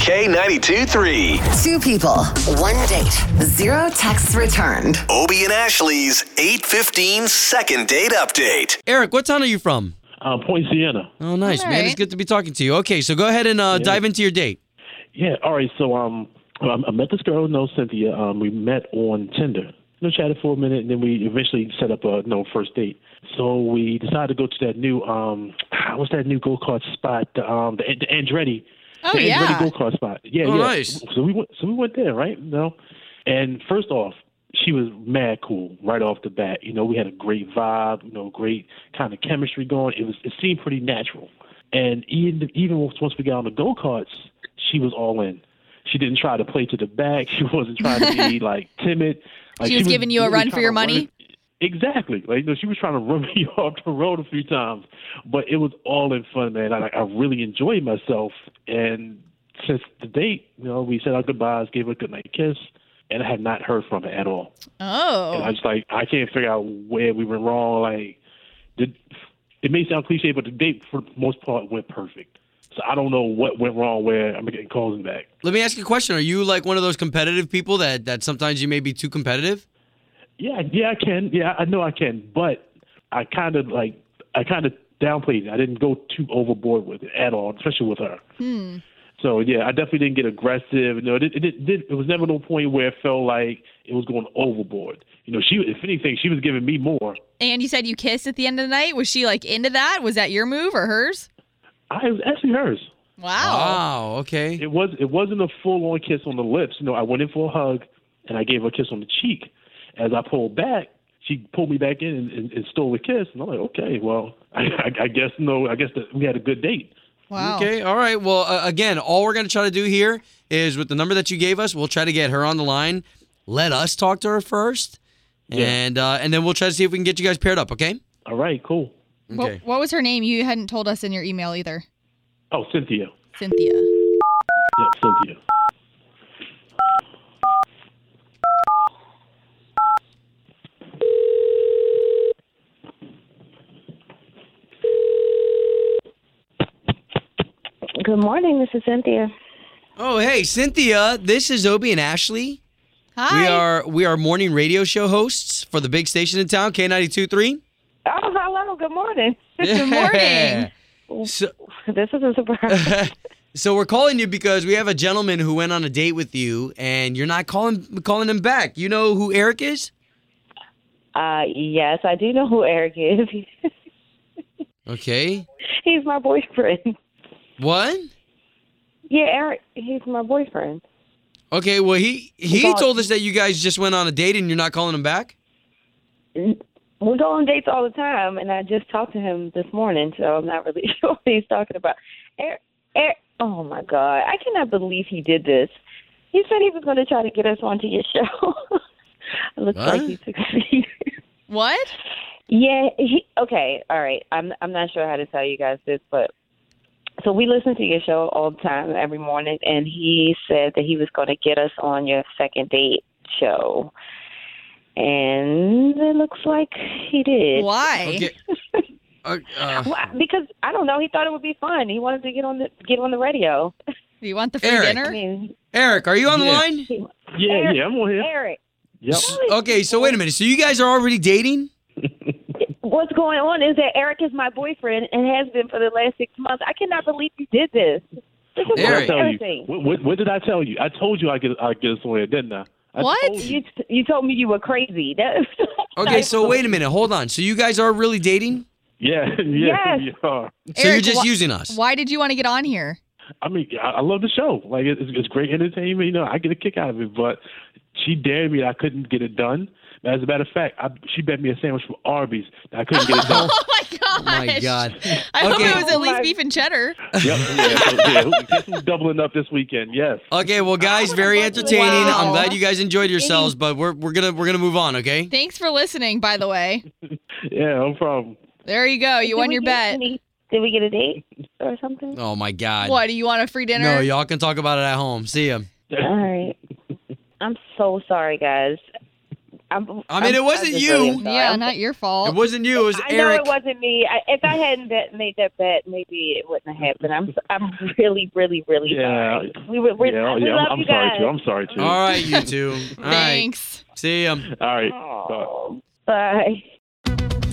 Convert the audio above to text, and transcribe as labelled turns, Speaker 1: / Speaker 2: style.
Speaker 1: K92 3.
Speaker 2: Two people, one date, zero texts returned.
Speaker 1: Obie and Ashley's 815 second date update.
Speaker 3: Eric, what town are you from?
Speaker 4: Uh, Point Sienna.
Speaker 3: Oh, nice, man. It's
Speaker 5: right.
Speaker 3: good to be talking to you. Okay, so go ahead and uh, dive into your date.
Speaker 4: Yeah. All right. So um, um, I met this girl, no Cynthia. Um, we met on Tinder. You know, chatted for a minute, and then we eventually set up a you know, first date. So we decided to go to that new um, what's that new go kart spot? The um, the, the Andretti.
Speaker 5: Oh,
Speaker 4: the
Speaker 5: yeah.
Speaker 4: Andretti go kart spot. Yeah.
Speaker 3: Oh,
Speaker 4: yeah.
Speaker 3: nice.
Speaker 4: So we went. So we went there, right? You know, and first off. She was mad cool right off the bat. You know, we had a great vibe. You know, great kind of chemistry going. It was it seemed pretty natural. And even even once we got on the go karts, she was all in. She didn't try to play to the back. She wasn't trying to be like timid. Like,
Speaker 5: She was giving you a
Speaker 4: really
Speaker 5: run for
Speaker 4: trying
Speaker 5: your
Speaker 4: to
Speaker 5: money?
Speaker 4: run- Exactly. Like you know, she was trying to run me off the road a few times, but it was all in fun, man. I, I really enjoyed myself, and since the date, you know, we said our goodbyes, gave her a goodnight kiss, and I have not heard from her at all. And I
Speaker 5: Oh.
Speaker 4: just like I can't figure out where we went wrong. Like, the, it may sound cliche, but the date for the most part went perfect. So I don't know what went wrong. Where I'm getting calls back.
Speaker 3: Let me ask you a question. Are you like one of those competitive people that, that sometimes you may be too competitive?
Speaker 4: Yeah, yeah, I can. Yeah, I know I can. But I kind of like I kind of downplayed it. I didn't go too overboard with it at all, especially with her. So yeah, I definitely didn't get aggressive. You know, it, it, it, did- it was never no point where it felt like it was going overboard. You know, she if anything, she was giving me more.
Speaker 5: And you said you kissed at the end of the night. Was she like into that? Was that your move or hers?
Speaker 4: I it was actually hers.
Speaker 5: Wow.
Speaker 3: Wow, okay.
Speaker 4: It was it wasn't a full on kiss on the lips. You know, I went in for a hug and I gave her a kiss on the cheek. As I pulled back, she pulled me back in and, and, and stole a kiss. And I'm like, okay, well, I, I, I guess no, I guess that we had a good date.
Speaker 5: Wow.
Speaker 3: Okay, all right. Well, uh, again, all we're going to try to do here is with the number that you gave us, we'll try to get her on the line. Let us talk to her first.
Speaker 4: Yeah.
Speaker 3: And uh, and then we'll try to see if we can get you guys paired up, okay?
Speaker 4: All right, cool.
Speaker 3: Okay.
Speaker 5: What, what was her name? You hadn't told us in your email either.
Speaker 4: Oh, Cynthia.
Speaker 5: Cynthia.
Speaker 4: Yeah, Cynthia.
Speaker 6: Good morning. This is Cynthia.
Speaker 3: Oh, hey, Cynthia. This is Obie and Ashley.
Speaker 5: Hi.
Speaker 3: We are we are morning radio show hosts for the big station in town, K 923 three.
Speaker 6: Oh, hello. Good morning.
Speaker 3: Good
Speaker 5: morning.
Speaker 3: So,
Speaker 6: This is a surprise.
Speaker 3: so we're calling you because we have a gentleman who went on a date with you, and you're not calling calling him back. You know who Eric is?
Speaker 6: uh, yes, I do know who Eric is.
Speaker 3: Okay.
Speaker 6: he's my boyfriend.
Speaker 3: What?
Speaker 6: Yeah, Eric. He's my boyfriend.
Speaker 3: Okay. Well, he he
Speaker 6: Well-
Speaker 3: told us that you guys just went on a date, and you're not calling him back.
Speaker 6: We go on dates all the time, and I just talked to him this morning, so I'm not really sure what he's talking about. Eric. Eric oh my God! I cannot believe he did this. He said he was going to try to get us onto your show. Looks like
Speaker 3: What?
Speaker 6: he succeeded.
Speaker 5: What?
Speaker 6: Yeah. He, okay. All right. I'm I'm not sure how to tell you guys this, but so we listen to your show all the time, every morning, and he said that he was going to get us on your second date show, and it looks like he did.
Speaker 5: Why?
Speaker 3: Okay. Uh, uh,
Speaker 6: Well, because I don't know, he thought it would be fun. He wanted to get on the get on the radio.
Speaker 5: Do you want the free
Speaker 3: Eric.
Speaker 6: I
Speaker 5: dinner?
Speaker 6: mean,
Speaker 3: Eric, are you on the
Speaker 4: Yeah.
Speaker 3: line?
Speaker 4: Yeah,
Speaker 6: Eric-
Speaker 4: yeah, I'm on here.
Speaker 6: Eric,
Speaker 4: Yep.
Speaker 3: S- Okay. So wait a minute. So you guys are already dating?
Speaker 6: what's going on is that Eric is my boyfriend and has been for the last six months. I cannot believe you did this. This is
Speaker 4: What
Speaker 3: Eric.
Speaker 4: I tell
Speaker 6: embarrassing.
Speaker 4: you? What, what, what did I tell you? I told you I get I get us on here, didn't I? I
Speaker 5: What?
Speaker 4: told you.
Speaker 6: You you told me you were crazy. That
Speaker 3: Okay. So wait a minute. Hold on. So you guys are really dating?
Speaker 4: Yeah, yeah,
Speaker 6: Yes.
Speaker 4: we are.
Speaker 3: So you're
Speaker 5: Eric,
Speaker 3: just
Speaker 5: wh-
Speaker 3: using us.
Speaker 5: Why did you want to get on here?
Speaker 4: I mean, I, I love the show. Like it's, it's great entertainment. You know, I get a kick out of it. But she dared me. that I couldn't get it done. As a matter of fact, I, she bet me a sandwich from Arby's that I couldn't get it done.
Speaker 5: Oh my gosh.
Speaker 3: my God.
Speaker 5: I hope
Speaker 3: Okay.
Speaker 5: it was at least
Speaker 6: My-
Speaker 5: beef and cheddar.
Speaker 4: Yep. Yeah, so, yeah, this is doubling up this weekend. Yes.
Speaker 3: Okay, well, guys, very entertaining. I'm
Speaker 5: Wow.
Speaker 3: glad you guys enjoyed yourselves, but we're we're gonna we're gonna move on. Okay.
Speaker 5: Thanks for listening, by the way.
Speaker 4: Yeah, no problem.
Speaker 5: There you go. You
Speaker 6: Did
Speaker 5: won
Speaker 6: we
Speaker 5: your
Speaker 6: get
Speaker 5: bet.
Speaker 6: any- did we get a date or something?
Speaker 3: Oh my God.
Speaker 5: What, do you want a free dinner?
Speaker 3: No, y'all can talk about it at home. See ya.
Speaker 6: All right. I'm so sorry, guys. I'm,
Speaker 3: I mean, it
Speaker 6: I'm-
Speaker 3: wasn't
Speaker 6: I'm just
Speaker 3: you.
Speaker 6: really sorry.
Speaker 5: yeah,
Speaker 6: I'm-
Speaker 5: not your
Speaker 3: It
Speaker 5: fault.
Speaker 3: wasn't you. It was
Speaker 6: I know
Speaker 3: Eric.
Speaker 6: it wasn't me. I, if I hadn't bet, made that bet, maybe it wouldn't have happened. I'm so- I'm really, really, really
Speaker 4: Yeah.
Speaker 6: sorry. We were, we're,
Speaker 4: yeah,
Speaker 6: we
Speaker 4: yeah,
Speaker 6: love
Speaker 4: I'm, I'm
Speaker 6: you
Speaker 4: sorry
Speaker 6: guys.
Speaker 4: too. I'm sorry too.
Speaker 3: All right, you two. All right.
Speaker 5: Thanks.
Speaker 3: See ya.
Speaker 4: All right.
Speaker 6: Oh, bye.